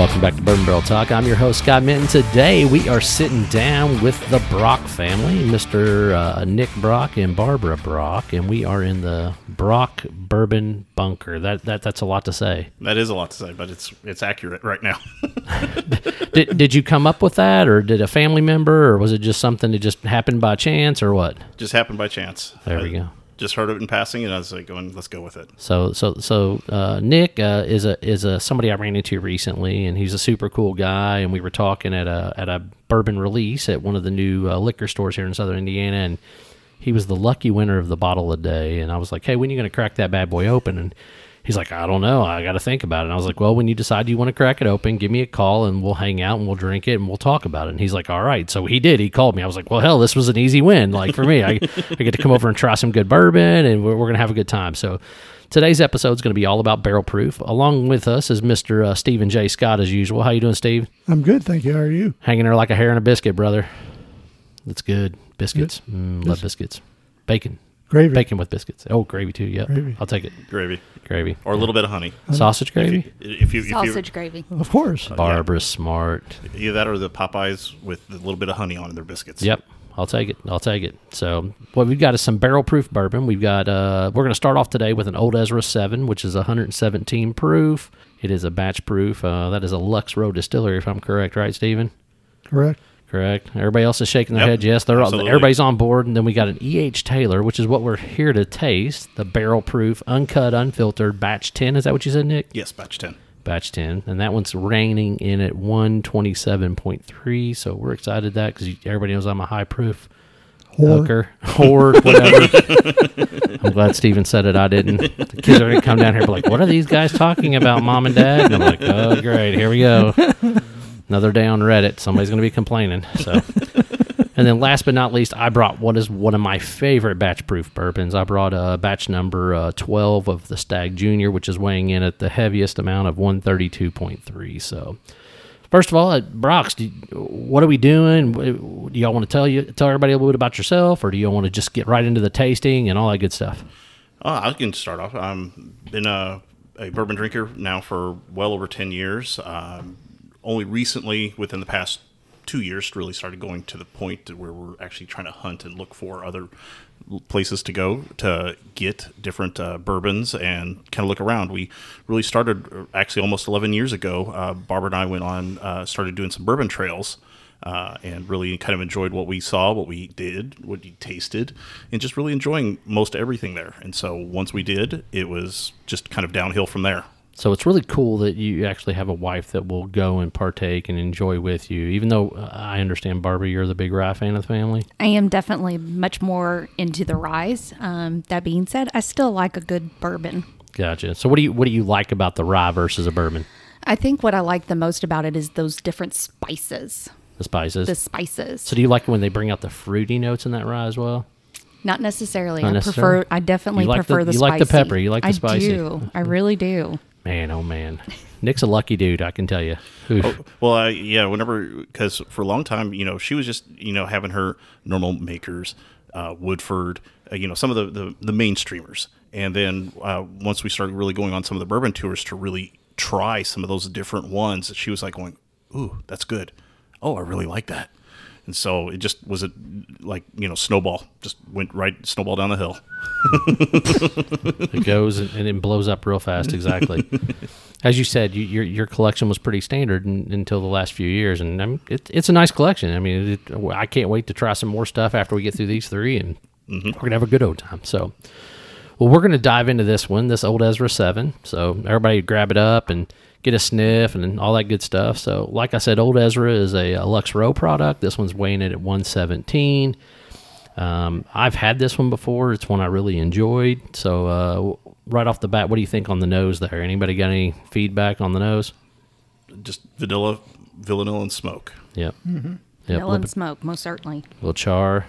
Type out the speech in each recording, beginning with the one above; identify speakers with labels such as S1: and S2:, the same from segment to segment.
S1: Welcome back to Bourbon Barrel Talk. I'm your host, Scott Minton. Today we are sitting down with the Brock family, Mr. Uh, Nick Brock and Barbara Brock, and we are in the Brock Bourbon Bunker. That, that That's a lot to say.
S2: That is a lot to say, but it's it's accurate right now.
S1: Did, did you come up with that, or did a family member, or was it just something that just happened by chance, or what?
S2: just happened by chance.
S1: There we
S2: I
S1: go.
S2: Just heard it in passing, and I was like, going, let's go with it.
S1: So so so uh, Nick uh, is a is a somebody I ran into recently, and he's a super cool guy. And we were talking at a at a bourbon release at one of the new uh, liquor stores here in Southern Indiana, and he was the lucky winner of the bottle a day. And I was like, hey, when are you going to crack that bad boy open? And he's like, I don't know, I got to think about it. And I was like, well, when you decide you want to crack it open, give me a call, and we'll hang out and we'll drink it and we'll talk about it. And he's like, all right. So he did. He called me. I was like, well, hell, this was an easy win, like for me. I, I get to come over and try some good bourbon, and we're, we're going to have a good time. So. Today's episode is going to be all about barrel proof. Along with us is Mr. Uh, Stephen J. Scott, as usual. How you doing, Steve?
S3: I'm good, thank you. How are you?
S1: Hanging there like a hair in a biscuit, brother. That's good. Biscuits. Mm, love biscuits. Bacon.
S3: Gravy.
S1: Bacon with biscuits. Oh, gravy too. Yeah,
S3: Gravy.
S1: I'll take it.
S2: Gravy
S1: Gravy.
S2: or a little bit of honey.
S1: Sausage gravy.
S2: If you, if you,
S4: Sausage gravy.
S3: Of course.
S2: Oh,
S1: Barbara Smart.
S2: either that or the Popeyes with a little bit of honey on their biscuits.
S1: Yep. I'll take it. I'll take it. So what we've got is some barrel proof bourbon. We've got uh we're gonna start off today with an old Ezra seven, which is 117 proof. It is a batch proof. Uh, that is a Lux Row distillery, if I'm correct, right, Steven?
S3: Correct.
S1: Correct. Everybody else is shaking their
S2: Yep.
S1: head. Yes, they're all,
S2: Absolutely.
S1: everybody's on board. And then we got an EH Taylor, which is what we're here to taste the barrel proof, uncut, unfiltered, batch 10. Is that what you said, Nick?
S2: Yes, batch ten.
S1: Batch 10. And that one's reigning in at 127.3. So we're excited that because everybody knows I'm a high proof
S3: Whore.
S1: hooker, whore, whatever. I'm glad Steven said it. I didn't. The kids are going to come down here and be like, what are these guys talking about, mom and dad? And I'm like, oh, great. Here we go. Another day on Reddit. Somebody's going to be complaining. So. And then, last but not least, I brought what is one of my favorite batch proof bourbons. I brought uh, batch number uh, 12 of the Stag Junior, which is weighing in at the heaviest amount of 132.3. So, First of all, uh, Brox, do, what are we doing? Do y'all want to tell you tell everybody a little bit about yourself, or do y'all want to just get right into the tasting and all that good stuff?
S2: Oh, I can start off. I'm been a, a bourbon drinker now for well over ten years. Um, only recently, within the past two years, really started going to the point to where we're actually trying to hunt and look for other l- places to go to get different uh, bourbons and kind of look around. We really started uh, actually almost eleven years ago. Uh, Barbara and I went on uh, started doing some bourbon trails uh, and really kind of enjoyed what we saw, what we did, what we tasted, and just really enjoying most everything there. And so once we did, it was just kind of downhill from there.
S1: So it's really cool that you actually have a wife that will go and partake and enjoy with you. Even though uh, I understand, Barbara, you're the big rye fan of the family.
S4: I am definitely much more into the rise. Um, that being said, I still like a good bourbon.
S1: Gotcha. So what do you what do you like about the rye versus a bourbon?
S4: I think what I like the most about it is those different spices.
S1: The spices.
S4: The spices,
S1: so do you like when they bring out the fruity notes in that rye as well?
S4: not necessarily.
S1: Not
S4: I
S1: necessarily?
S4: prefer. I definitely
S1: You like the-
S4: prefer the,
S1: you
S4: spicy.
S1: like the pepper, you like the
S4: I
S1: spicy.
S4: do. I really do.
S1: Man, oh man, Nick's a lucky dude. I can tell you. Oof.
S2: Well, I, yeah, whenever, because for a long time, you know, she was just, you know, having her normal makers, uh, Woodford, uh, you know, some of the, the, the mainstreamers. And then uh, once we started really going on some of the bourbon tours to really try some of those different ones, she was like going, ooh, that's good. Oh, I really like that. And so it just was a, like, you know, snowball, just went right, snowball down the hill.
S1: it goes and, and it blows up real fast. Exactly. As you said, you, your your collection was pretty standard un until the last few years, and I mean, it, it's a nice collection. I mean, it, I can't wait to try some more stuff after we get through these three, and we're gonna have a good old time. So, well, we're gonna dive into this one, this old Ezra Seven. So everybody grab it up and get a sniff and all that good stuff. So, like I said, old Ezra is a, a Lux Row product. This one's weighing in at one seventeen. Um, I've had this one before. It's one I really enjoyed. So uh, w- right off the bat, what do you think on the nose there? Anybody got any feedback on the nose?
S2: Just vanilla, vanilla and smoke.
S1: Yep. Mm-hmm. Yep.
S4: Vanilla
S1: Little,
S4: and smoke, most certainly.
S1: little char.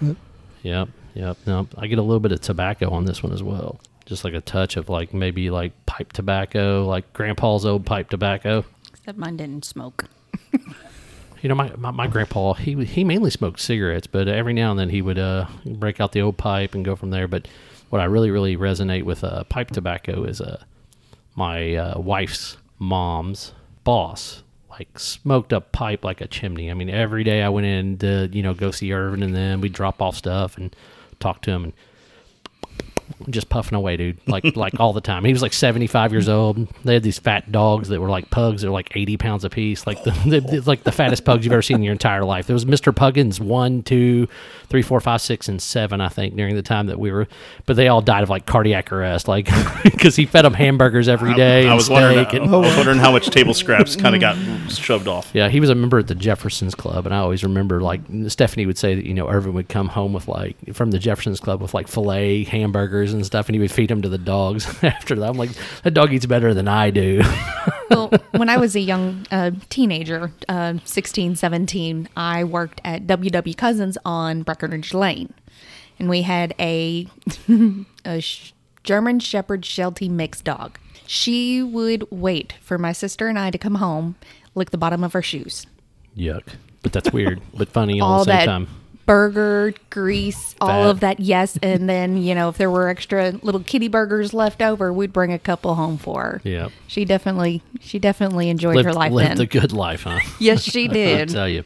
S1: Yep. Yep. No, I get a little bit of tobacco on this one as well. Just like a touch of like maybe like pipe tobacco, like Grandpa's old pipe tobacco.
S4: Except mine didn't smoke.
S1: You know, my, my, my grandpa, he he mainly smoked cigarettes, but every now and then he would uh, break out the old pipe and go from there. But what I really, really resonate with uh, pipe tobacco is uh, my uh, wife's mom's boss like smoked up pipe like a chimney. I mean, every day I went in to you know go see Irvin and then we'd drop off stuff and talk to him and just puffing away, dude. Like like all the time. He was like seventy five years old. They had these fat dogs that were like pugs. They're like eighty pounds apiece. Like the, the like the fattest pugs you've ever seen in your entire life. There was Mister Puggins one, two, three, four, five, six, and seven. I think during the time that we were, but they all died of like cardiac arrest, like because he fed them hamburgers every day.
S2: I, I
S1: and
S2: was wondering.
S1: steak and-
S2: I was wondering how much table scraps kind of got shoved off.
S1: yeah, he was a member at the Jeffersons Club, and I always remember like Stephanie would say that you know Irvin would come home with like from the Jeffersons Club with like filet hamburgers and stuff, and he would feed them to the dogs after that. I'm like, that dog eats better than I do.
S4: well, when I was a young uh, teenager, uh, 16, 17, I worked at WW Cousins on Breckenridge Lane. And we had a, a sh- German Shepherd Sheltie mixed dog. She would wait for my sister and I to come home, lick the bottom of her shoes.
S1: Yuck! But that's weird, but funny all,
S4: all
S1: at the same
S4: that
S1: time.
S4: burger grease, all
S1: Fat.
S4: of that. Yes, and then you know if there were extra little kitty burgers left over, we'd bring a couple home for her.
S1: Yeah.
S4: she definitely she definitely enjoyed her
S1: Lived,
S4: life
S1: lived
S4: then.
S1: the good life, huh?
S4: yes, she
S1: I
S4: did.
S1: tell you.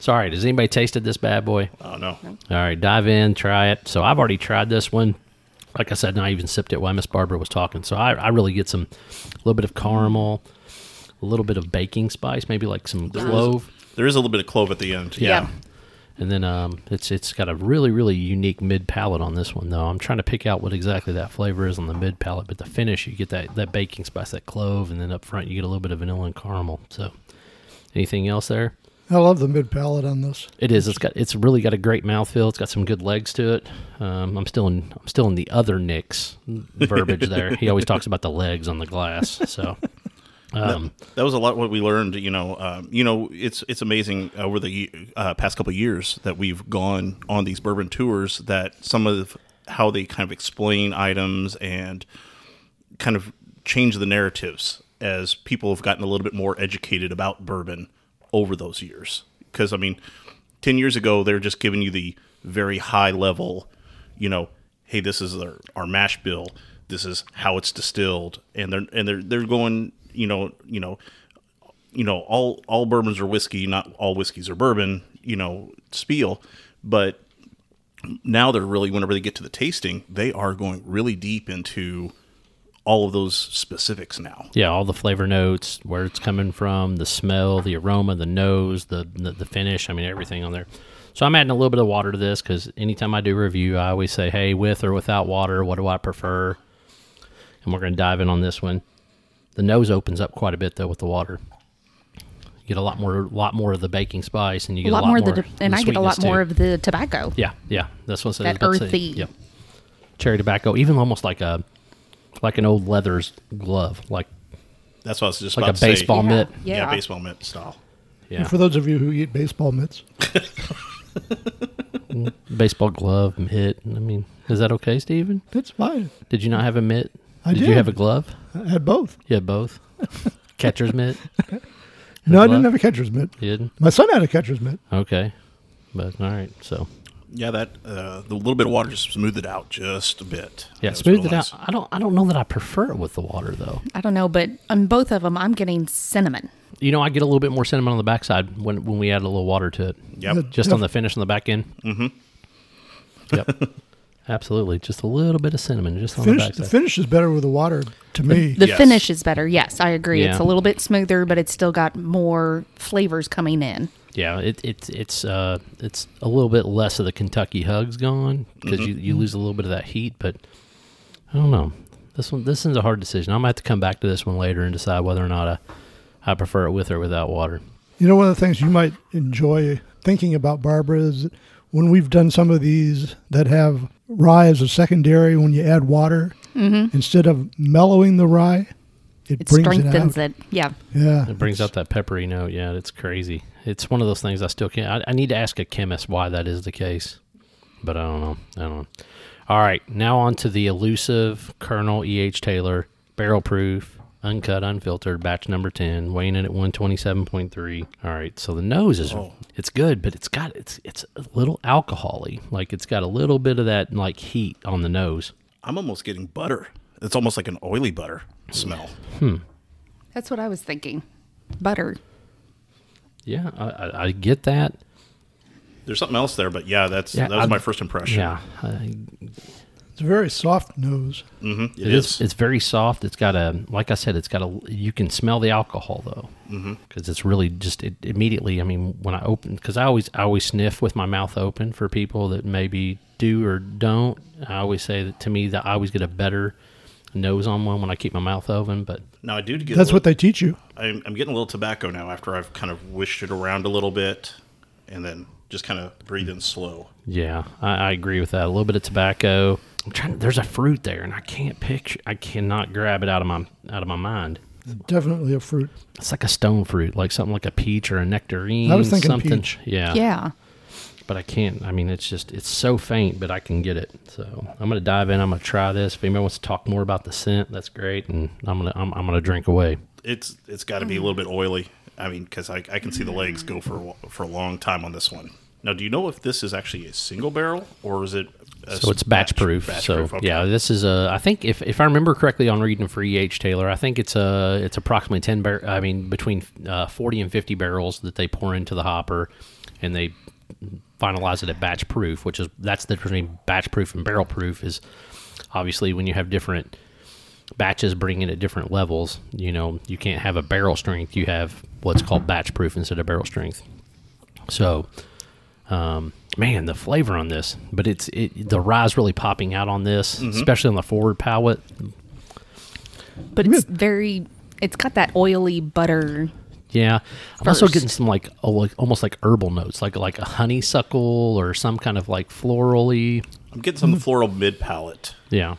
S1: Sorry, does anybody tasted this bad boy?
S2: Oh no.
S1: All right, dive in, try it. So I've already tried this one. Like I said, and I even sipped it while Miss Barbara was talking. So I, I really get some, a little bit of caramel, a little bit of baking spice, maybe like some clove,
S2: There is a little bit of clove at the end.
S1: yeah. and then um, it's it's got a really really unique mid palate on this one though. I'm trying to pick out what exactly that flavor is on the mid palate, but the finish you get that that baking spice, that clove, and then up front you get a little bit of vanilla and caramel. So anything else there?
S3: I love the mid palate on this.
S1: It is. It's got. It's really got a great mouthfeel. It's got some good legs to it. Um, I'm still in. I'm still in the other Nick's verbiage there. He always talks about the legs on the glass. So, um,
S2: That was a lot what we learned. You know, um, you know, it's it's amazing over the ye- uh, past couple of years that we've gone on these bourbon tours. That some of how they kind of explain items and kind of change the narratives as people have gotten a little bit more educated about bourbon over those years. Because I mean, ten years ago they were just giving you the very high level, you know, hey, this is our, our mash bill, this is how it's distilled, and they're and they're they're going, you know, you know, you know, all all bourbons are whiskey, not all whiskeys are bourbon, you know, spiel, but now they're really whenever they get to the tasting, they are going really deep into all of those specifics now.
S1: yeah, all the flavor notes, where it's coming from, the smell, the aroma, the nose, the the, the finish. I mean, everything on there. So I'm adding a little bit of water to this because anytime I do review, I always say, "Hey, with or without water, what do I prefer?" And we're going to dive in on this one. The nose opens up quite a bit though with the water. You get a lot more, lot more of the baking spice, and you
S4: A
S1: get
S4: lot more, of
S1: more
S4: the, and I get a lot
S1: sweetness,
S4: more
S1: too.
S4: of the tobacco.
S1: Yeah, yeah. That's what I said.
S4: That
S1: I was about to say,
S4: earthy.
S1: Yeah. Cherry tobacco, even almost like a like an old leather's glove, like
S2: That's what I was just
S1: like
S2: about
S1: a
S2: to say.
S1: baseball mitt.
S2: Yeah.
S4: Yeah.
S2: baseball mitt style.
S1: Yeah.
S3: For those of you who eat baseball mitts,
S1: Baseball glove, mitt. I mean, is that okay, Steven?
S3: it's fine.
S1: Did you not have a mitt?
S3: I
S1: you
S3: did.
S1: have a glove?
S3: I had both.
S1: You had both. Catcher's mitt.
S3: No, I
S1: glove?
S3: didn't have a catcher's mitt.
S1: You didn't.
S3: My son had a catcher's mitt.
S1: Okay. But all right. So
S2: Yeah, that uh, the little bit of water just smoothed it out just a bit.
S1: yeah,
S2: That was
S1: smooth
S2: real
S1: it
S2: nice.
S1: out. I don't. I don't know that I prefer it with the water though.
S4: I don't know, but on both of them, I'm getting cinnamon.
S1: You know, I get a little bit more cinnamon on the backside when when we add a little water to it.
S2: Yep.
S1: Just on the finish on the back end. Mm-hmm. Yep. Absolutely. Just a little bit of cinnamon, just on
S3: Finish,
S1: the
S3: the
S1: backside.
S3: finish is better with the water to me.
S4: The
S2: Yes.
S4: finish is better. Yes, I agree. It's
S1: Yeah.
S4: a little bit smoother, but it's still got more flavors coming in.
S1: Yeah, it, it's it's uh it's a little bit less of the Kentucky hugs gone because you, you lose a little bit of that heat, but I don't know. This one this is a hard decision. I'm gonna have to come back to this one later and decide whether or not I, I prefer it with or without water.
S3: You know, one of the things you might enjoy thinking about, Barbara, is when we've done some of these that have rye as a secondary, when you add water, instead of mellowing the rye, it,
S4: Mm-hmm. It
S3: brings
S4: strengthens
S3: it out.
S4: it. Yeah.
S3: Yeah.
S1: It brings out that peppery note. Yeah, it's crazy. It's one of those things I still can't. I, I need to ask a chemist why that is the case, but I don't know. I don't know. All right, now on to the elusive Colonel E. H. Taylor barrel proof, uncut, unfiltered, batch number ten, weighing in at one twenty seven point three. All right, so the nose is it's good, but it's got it's it's a little alcoholy. Like it's got a little bit of that like heat on the nose.
S2: I'm almost getting butter. It's almost like an oily butter smell.
S4: That's what I was thinking. Butter.
S1: Yeah, I, I, I get that.
S2: There's something else there, but yeah, that's
S1: Yeah,
S2: that was
S1: I'm-
S2: my first impression.
S1: Yeah, I,
S3: It's a very soft nose.
S1: Mm.
S2: hmm
S1: it is. It's very soft. It's got a, like I said, it's got a. You can smell the alcohol though, because it's really just it, immediately. I mean, when I open, because I always I always sniff with my mouth open for people that maybe do or don't. I always say that to me that I always get a better nose on one when I keep my mouth open. But
S2: Now I do get.
S3: That's
S2: a
S3: what
S2: little,
S3: they teach you.
S2: I'm, I'm getting a little tobacco now after I've kind of wished it around a little bit, and then just kind of breathe in slow.
S1: yeah, I, I agree with that. A little bit of tobacco. I'm trying. There's a fruit there, and I can't picture. I cannot grab it out of my out of my mind.
S3: Definitely a fruit.
S1: It's like a stone fruit, like something like a peach or a nectarine.
S3: I was thinking
S1: something.
S3: peach.
S1: Yeah.
S4: Yeah.
S1: but I can't. I mean, it's just it's so faint, but I can get it. So I'm gonna dive in. I'm gonna try this. If anybody wants to talk more about the scent, that's great. And I'm gonna I'm, I'm gonna drink away.
S2: It's it's got to be a little bit oily. I mean, because I, I can see the legs go for a, wa- for a long time on this one. Now, do you know if this is actually a single barrel or is it? A
S1: So it's batch proof. so
S2: proof, okay.
S1: yeah, this is a. I think if, if I remember correctly on reading for EH Taylor, I think it's a it's approximately ten bar. I mean between uh, forty and fifty barrels that they pour into the hopper, and they finalize it at batch proof, which is that's the difference between batch proof and barrel proof. Is obviously when you have different batches bring it at different levels. You know, you can't have a barrel strength. You have what's called batch proof instead of barrel strength. So, um, man, the flavor on this, but it's it, the rye's really popping out on this, especially on the forward palate.
S4: But it's very, it's got that oily butter.
S1: Yeah, I'm also
S4: First.
S1: getting some like, oh, like almost like herbal notes, like like a honeysuckle or some kind of like florally.
S2: I'm getting some floral mid palate.
S1: Yeah,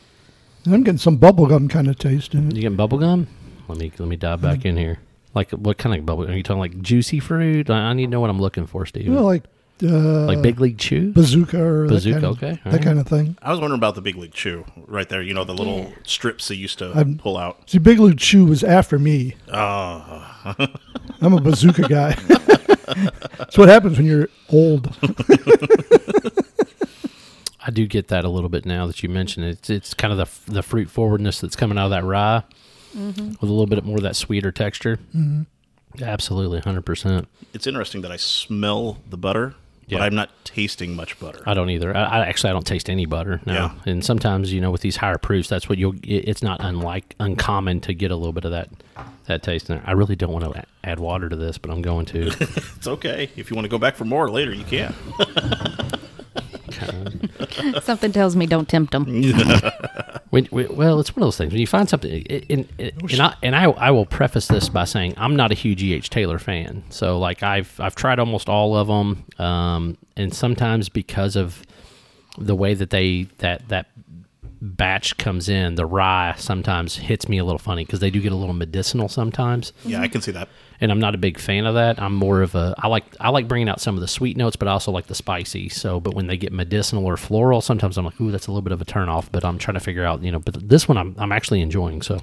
S3: And I'm getting some bubblegum kind of taste in it.
S1: you getting bubble gum? Let me let me dive back in here. Like what kind of bubble? Are you talking like juicy fruit? I, I need to know what I'm looking for, Steve.
S3: You know, like uh,
S1: like big league chew?
S3: bazooka or
S1: Bazooka,
S3: that kind
S1: okay,
S3: of,
S1: all
S3: that
S1: right.
S3: kind of thing.
S2: I was wondering about the big league chew right there. You know the little strips they used to
S3: I'm-
S2: pull out.
S3: See, Big Lou Chew was after me.
S1: Oh.
S3: I'm a bazooka guy. That's what happens when you're old.
S1: I do get that a little bit now that you mention it. It's, it's kind of the, f- the fruit forwardness that's coming out of that rye with a little bit more of that sweeter texture. Mm-hmm. Absolutely, 100%.
S2: It's interesting that I smell the butter, but
S1: Yeah. Uh,
S2: I'm not tasting much butter.
S1: I don't either. I, I actually I don't taste any butter. No.
S2: Yeah.
S1: And sometimes, you know, with these higher proofs, that's what you'll it, it's not unlike uncommon to get a little bit of that that taste in there. I really don't want to add water to this, but I'm going to.
S2: It's okay if you want to go back for more later. You can.
S4: Something tells me don't tempt them.
S1: When, we- well, it's one of those things. When you find something, it, it, it, and, I, and I, I will preface this by saying I'm not a huge E.H. Taylor fan. So, like, I've, I've tried almost all of them. Um, and sometimes because of the way that they, that, that batch comes in, the rye sometimes hits me a little funny because they do get a little medicinal sometimes
S2: Yeah, I can see that.
S1: and I'm not a big fan of that. I'm more of a I like I like bringing out some of the sweet notes, but I also like the spicy. So, but when they get medicinal or floral, sometimes I'm like, ooh, that's a little bit of a turnoff. But I'm trying to figure out, you know. But this one I'm I'm actually enjoying. So,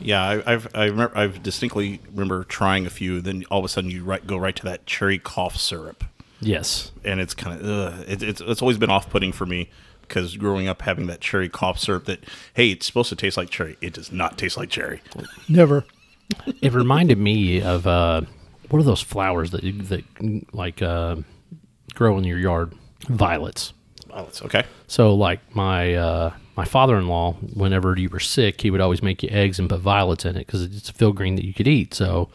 S2: Yeah, I, I've I remember I've distinctly remember trying a few. Then all of a sudden you right go right to that cherry cough syrup,
S1: yes,
S2: and it's kind of it, it's it's always been off putting for me because growing up having that cherry cough syrup that hey it's supposed to taste like cherry it does not taste like cherry
S3: Never.
S1: it reminded me of uh, what are those flowers that you- that like uh, grow in your yard? Violets.
S2: oh it's okay
S1: So like my uh, my father in law, whenever you were sick, he would always make you eggs and put violets in it because it's a field green that you could eat. So,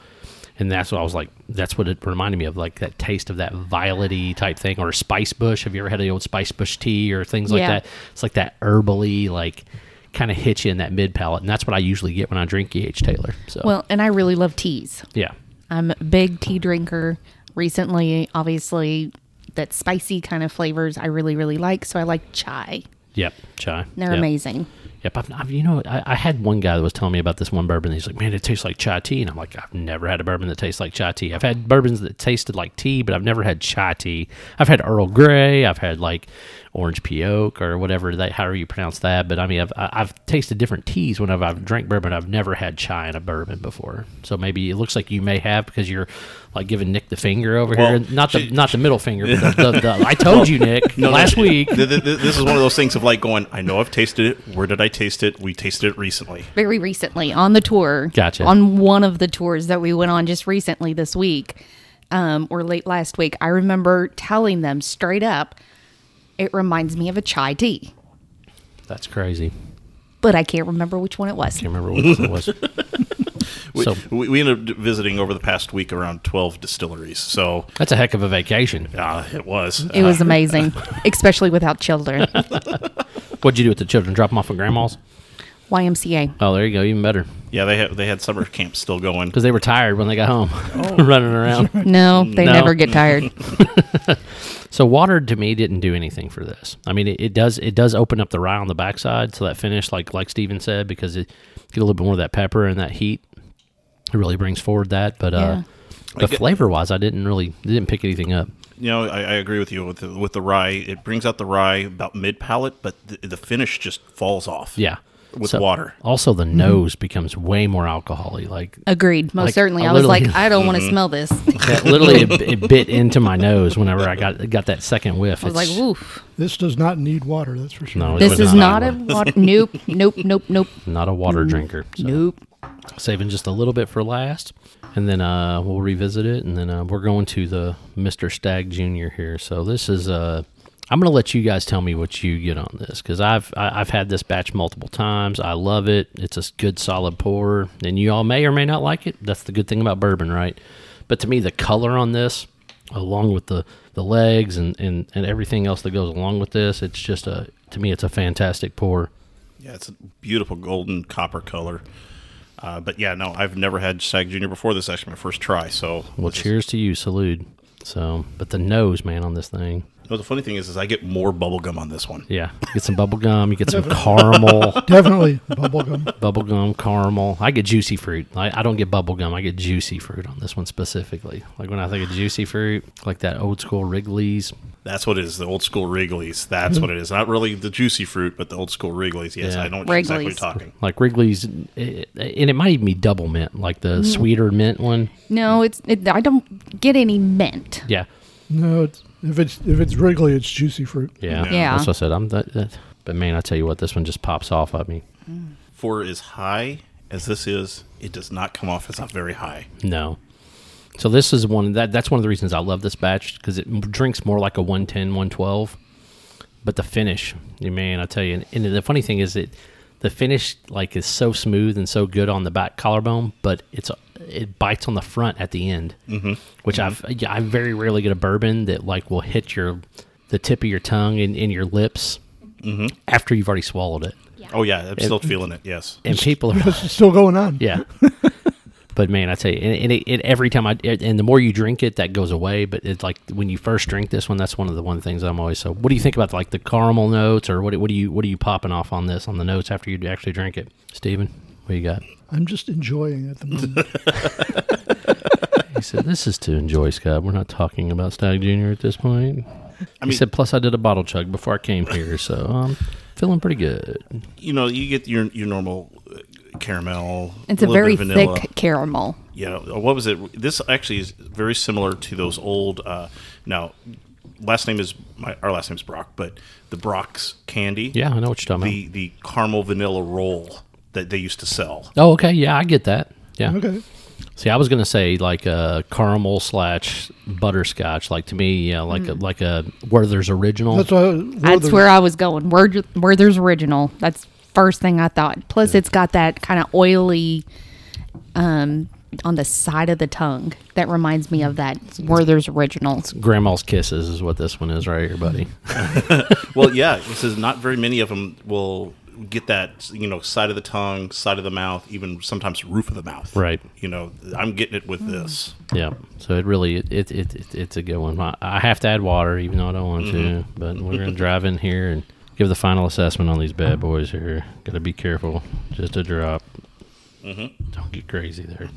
S1: and that's what I was like. That's what it reminded me of, like that taste of that violety type thing, or spice bush. Have you ever had the old spice bush tea or things like
S4: Yeah.
S1: that? It's like that herbally, like kind of hit you in that mid palate, and that's what I usually get when I drink E.H. Taylor. So
S4: Well, and I really love teas.
S1: yeah,
S4: I'm a big tea drinker. Recently, obviously, that spicy kind of flavors I really, really like. So I like chai.
S1: yep, chai.
S4: They're
S1: Yep.
S4: amazing.
S1: Yep, I've, I've you know I, I had one guy that was telling me about this one bourbon. He's like, man, it tastes like chai tea, and I'm like, I've never had a bourbon that tastes like chai tea. I've had bourbons that tasted like tea, but I've never had chai tea. I've had Earl Grey, I've had like orange peyote or whatever that however you pronounce that. But I mean, I've I- I've tasted different teas whenever I've drank bourbon. I've never had chai in a bourbon before. So maybe it looks like you may have because you're like giving Nick the finger over
S2: Well,
S1: here, not the
S2: she-
S1: not the middle finger. But the, the, the, I told you, Nick, last week.
S2: Th- th- th- this is one of those things of like going i know i've tasted it where did i taste it we tasted it recently
S4: Very recently on the tour.
S1: Gotcha.
S4: On one of the tours that we went on just recently this week, um, or late last week, I remember telling them straight up, it reminds me of a chai tea,
S1: That's crazy.
S4: but I can't remember which one it was.
S1: Can't remember what it was.
S2: We,
S1: So-
S2: we, we ended up visiting over the past week around 12 distilleries. So
S1: That's a heck of a vacation.
S2: uh, it was.
S4: It was amazing, especially without children.
S1: What'd you do with the children? Drop them off at grandma's?
S4: YMCA.
S1: Oh, there you go. Even better
S2: yeah, they had, they had summer camp still going.
S1: because they were tired when they got home, running around.
S4: No, they
S1: No.
S4: never get tired.
S1: So water to me didn't do anything for this. I mean, it, it does it does open up the rye on the backside, so that finish, like like Steven said, because it get a little bit more of that pepper and that heat. It really brings forward that, but uh, the
S2: get-
S1: flavor wise, I didn't really didn't pick anything up.
S2: You know, I, I agree with you with the, with the rye. It brings out the rye about mid palate, but the, the finish just falls off.
S1: Yeah,
S2: With
S1: So-
S2: water.
S1: Also, the nose becomes way more alcoholy. Like
S4: Agreed, most
S1: Like, Mm-hmm.
S4: certainly.
S1: I
S4: I was
S1: literally-
S4: like, I don't want to smell this. I
S1: that literally, it, it bit into my nose whenever I got got that second whiff.
S4: was like,
S1: It's-
S4: oof.
S3: This does not need water, that's for sure.
S1: No, it
S4: This
S1: was
S4: is
S1: not
S4: not a water. Nope, nope, nope, nope,
S1: not a water drinker. So.
S4: nope.
S1: saving just a little bit for last, and then uh, we'll revisit it, and then uh, we're going to the Mister Stag Junior here. So this is uh, I'm going to let you guys tell me what you get on this because I've I- I've had this batch multiple times. I love it. It's a s- good solid pour, and you all may or may not like it. That's the good thing about bourbon, right? But to me, the color on this, along with the the legs and, and, and everything else that goes along with this, it's just a to me, it's a fantastic pour.
S2: Yeah, it's a beautiful golden copper color. Uh, but yeah, no, I've never had Sag Junior before. This is actually my first try. So
S1: Well,
S2: this is-
S1: cheers to you, salute. So, but the nose, man, on this thing.
S2: No, the funny thing is, is I get more bubble gum on this one.
S1: Yeah, get some bubble gum. You get some caramel,
S3: Definitely bubblegum.
S1: bubble gum, caramel. I get juicy fruit. I, I don't get bubble gum. I get juicy fruit on this one specifically. Like when I think of juicy fruit, like that old school Wrigley's.
S2: That's what it is. The old school Wrigley's. That's what it is. Not really the juicy fruit, but the old school Wrigley's. Yes,
S1: Mm-hmm. Yeah.
S2: I know what you're exactly
S4: Wrigley's.
S2: talking.
S1: Like Wrigley's, eh, and it might even be double mint, like the sweeter mint one.
S4: No, it's. It, I don't get any mint.
S1: Yeah,
S3: No, it's, if it's if it's Wrigley, it's juicy fruit.
S1: yeah,
S4: Yeah.
S1: That's what I said. I'm that, that. But man, I tell you what, this one just pops off at me.
S2: For as high as this is, it does not come off as a very high.
S1: No. So this is one that that's one of the reasons I love this batch because it m- drinks more like a 110, 112. But the finish, yeah, man, I tell you, and, and the funny thing is it the finish like is so smooth and so good on the back collarbone, but it's it bites on the front at the end, mm-hmm. which I've yeah, I very rarely get a bourbon that like will hit your the tip of your tongue and in your lips after you've already swallowed it,
S2: Oh yeah, I'm still feeling it. Yes.
S1: and people are
S3: It's still going on.
S1: yeah. but man, I tell you, and, and it, it, every time I, it, and the more you drink it, that goes away. But it's like when you first drink this one, that's one of the one things I'm always so. What do you think about like the caramel notes, or what? do- What do you what are you popping off on this on the notes after you actually drink it, Steven? What you got?
S3: I'm just enjoying it at the moment.
S1: He said, "This is to enjoy, Scott. We're not talking about Stag Junior at this point." I he said, "Plus, I did a bottle chug before I came here, so I'm feeling pretty good."
S2: You know, you get your your normal uh, caramel.
S4: It's a
S2: little bit
S4: very
S2: of vanilla.
S4: thick caramel.
S2: you know uh, what was it this actually is very similar to those old uh now last name is my our last name is brock but the brock's candy
S1: Yeah, I know what you're talking
S2: the the caramel vanilla roll that they used to sell
S1: about. Oh, okay, yeah, I get that. Yeah,
S3: Okay.
S1: See, I was gonna say like a caramel slash butterscotch. Like to me, yeah, like a
S2: Mm.
S1: like a Werther's original.
S3: That's why where
S4: That's
S3: the-
S4: where I was going. Word, Werther's original. That's first thing I thought. Plus, it's got that kind of oily, um, on the side of the tongue. That reminds me of that Werther's original.
S1: Grandma's kisses is what this one is right here, buddy.
S2: well yeah this is not very many of them will get that you know side of the tongue side of the mouth even sometimes roof of the mouth
S1: Right.
S2: you know i'm getting it with this
S1: yeah. So it really it it, it, it it's a good one. I, I have to add water, even though I don't want
S2: Mm-hmm.
S1: to. But we're gonna drive in here and give the final assessment on these
S2: Mm-hmm.
S1: bad boys here. Gotta be careful. Just a drop.
S2: Mm-hmm.
S1: Don't get crazy there.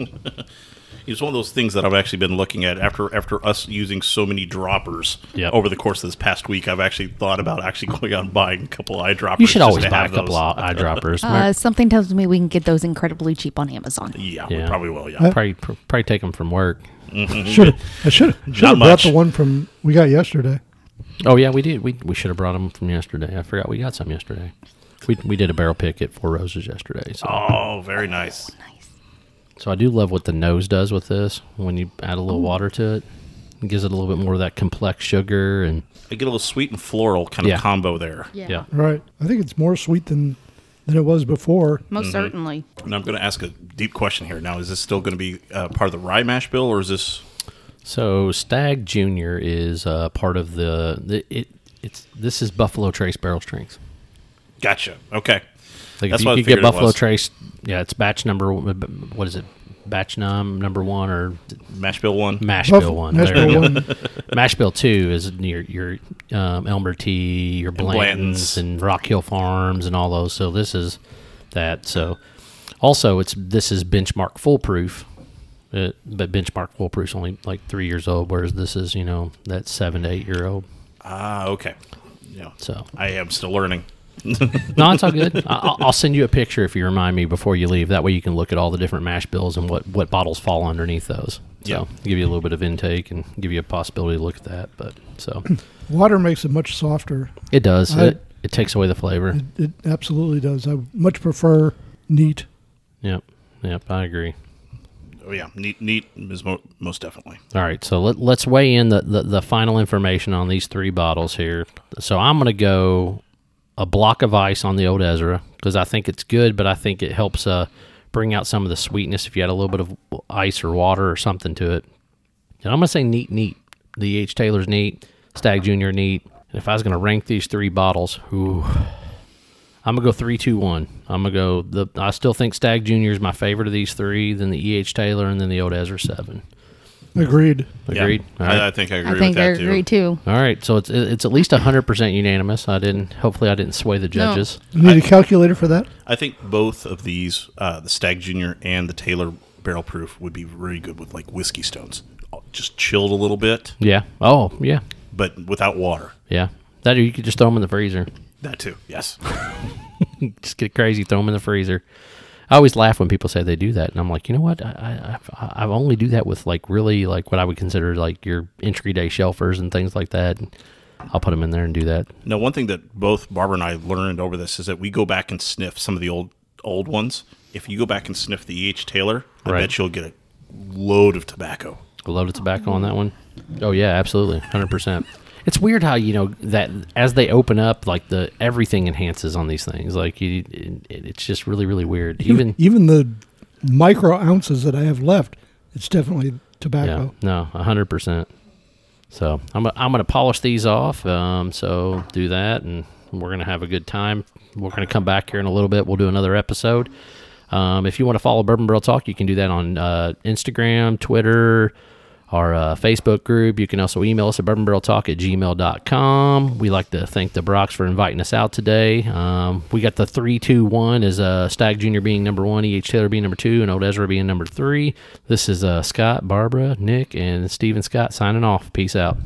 S2: It's one of those things that I've actually been looking at after after us using so many droppers
S1: Yep.
S2: over the course of this past week. I've actually thought about actually going out and buying a couple eyedroppers.
S1: You should
S2: just
S1: always
S2: to
S1: buy a
S2: have
S1: couple
S2: those.
S1: of eyedroppers.
S4: Uh, something tells me we can get those incredibly cheap on Amazon.
S2: Yeah, we
S1: Yeah.
S2: probably will. Yeah,
S1: probably probably take them from work.
S3: Should I should should have brought
S2: much.
S3: the one from we got yesterday.
S1: Oh yeah, we did. We we should have brought them from yesterday. I forgot we got some yesterday. We we did a barrel pick at Four Roses yesterday. So
S2: Oh, very nice.
S3: Mm.
S1: so I do love what the nose does with this when you add a little water to it. It gives it a little bit more of that complex sugar and
S2: I get a little sweet and floral kind
S1: Yeah.
S2: of combo there.
S1: yeah.
S3: Right. I think it's more sweet than than it was before.
S5: Most certainly.
S2: And I'm going to ask a deep question here. Now, is this still going to be uh, part of the rye mash bill, or is this
S1: So Stag Junior is uh, part of the, the it. It's this is Buffalo Trace barrel strength.
S2: gotcha? Okay,
S1: Like
S2: That's
S1: if
S2: what I
S1: you could
S2: figured
S1: get
S2: it
S1: Buffalo
S2: was.
S1: Trace, yeah, it's batch number. What is it? Batch num number one or
S2: mash bill one.
S1: mash
S3: Buff-
S1: bill one?
S3: Mash
S1: There you
S3: bill
S1: go.
S3: one.
S1: Mash bill two is your your um, Elmer T, your Blanton's,
S2: Blanton's.
S1: and Rock Hill Farms and all those. So this is that. So also it's this is benchmark foolproof, uh, but benchmark foolproof's only like three years old, whereas this is you know that seven to eight year old.
S2: Ah, okay. Yeah.
S1: So
S2: I am still learning.
S1: no, it's all good. I- I'll, I'll send you a picture if you remind me before you leave. That way you can look at all the different mash bills and what, what bottles fall underneath those. So
S2: Yeah.
S1: give you a little bit of intake and give you a possibility to look at that. But so
S3: Water makes it much softer.
S1: it does.
S3: I-
S1: it, it takes away the flavor.
S3: It absolutely does. I much prefer neat.
S1: Yep. Yep. I agree.
S2: Oh yeah, neat, neat is mo- most definitely.
S1: All right, so let, let's weigh in the, the, the final information on these three bottles here. So I'm going to go a block of ice on the Old Ezra because I think it's good, but I think it helps uh, bring out some of the sweetness if you add a little bit of ice or water or something to it. And I'm going to say neat, neat. The H. Taylor's neat, Stag Junior neat. And if I was going to rank these three bottles, ooh, I'm gonna go three, two, one. I'm gonna go the. I still think Stag Junior is my favorite of these three. Then the E. H. Taylor, and then the Old Ezra Seven.
S3: Agreed.
S2: Yeah.
S1: Agreed. All right.
S2: I, I think I agree
S5: I think
S2: with
S5: I
S2: that
S5: agree
S2: too.
S5: too.
S1: All right, so it's it's at least hundred percent unanimous. I didn't. Hopefully, I didn't sway the judges.
S3: You need a calculator for that?
S2: I think both of these, uh, the Stag Junior and the Taylor Barrel Proof, would be really good with like whiskey stones, just chilled a little bit,
S1: Yeah. Oh, yeah,
S2: but without water.
S1: yeah. That or you could just throw them in the freezer.
S2: That too. Yes.
S1: Just get crazy, throw them in the freezer. I always laugh when people say they do that, and I'm like, you know what? I I I, I only do that with like really like what I would consider like your entry day shelfers and things like that. I'll put them in there and do that.
S2: Now, one thing that both Barbara and I learned over this is that we go back and sniff some of the old old ones. If you go back and sniff the E.H. Taylor, I
S1: Right.
S2: bet you'll get a load of tobacco.
S1: A load of tobacco on that one. Oh yeah, absolutely, hundred percent. It's weird how you know that as they open up, like the everything enhances on these things. Like you, it, it's just really, really weird. Even
S3: Even the micro ounces that I have left, it's definitely
S1: Yeah,
S3: tobacco.
S1: no, hundred percent. So I'm gonna- I'm gonna polish these off. Um, so do that, and we're gonna have a good time. We're gonna come back here in a little bit. We'll do another episode. Um, if you want to follow Bourbon Barrel Talk, you can do that on uh, Instagram, Twitter, our uh, Facebook group. You can also email us at bourbonbarreltalk at gmail.com. We like to thank the Brocks for inviting us out today. Um, we got the 3 2 1 as uh, Stag Jr. being number one, E.H. Taylor being number two, and Old Ezra being number three. This is uh, Scott, Barbara, Nick, and Steve and Scott signing off. Peace out.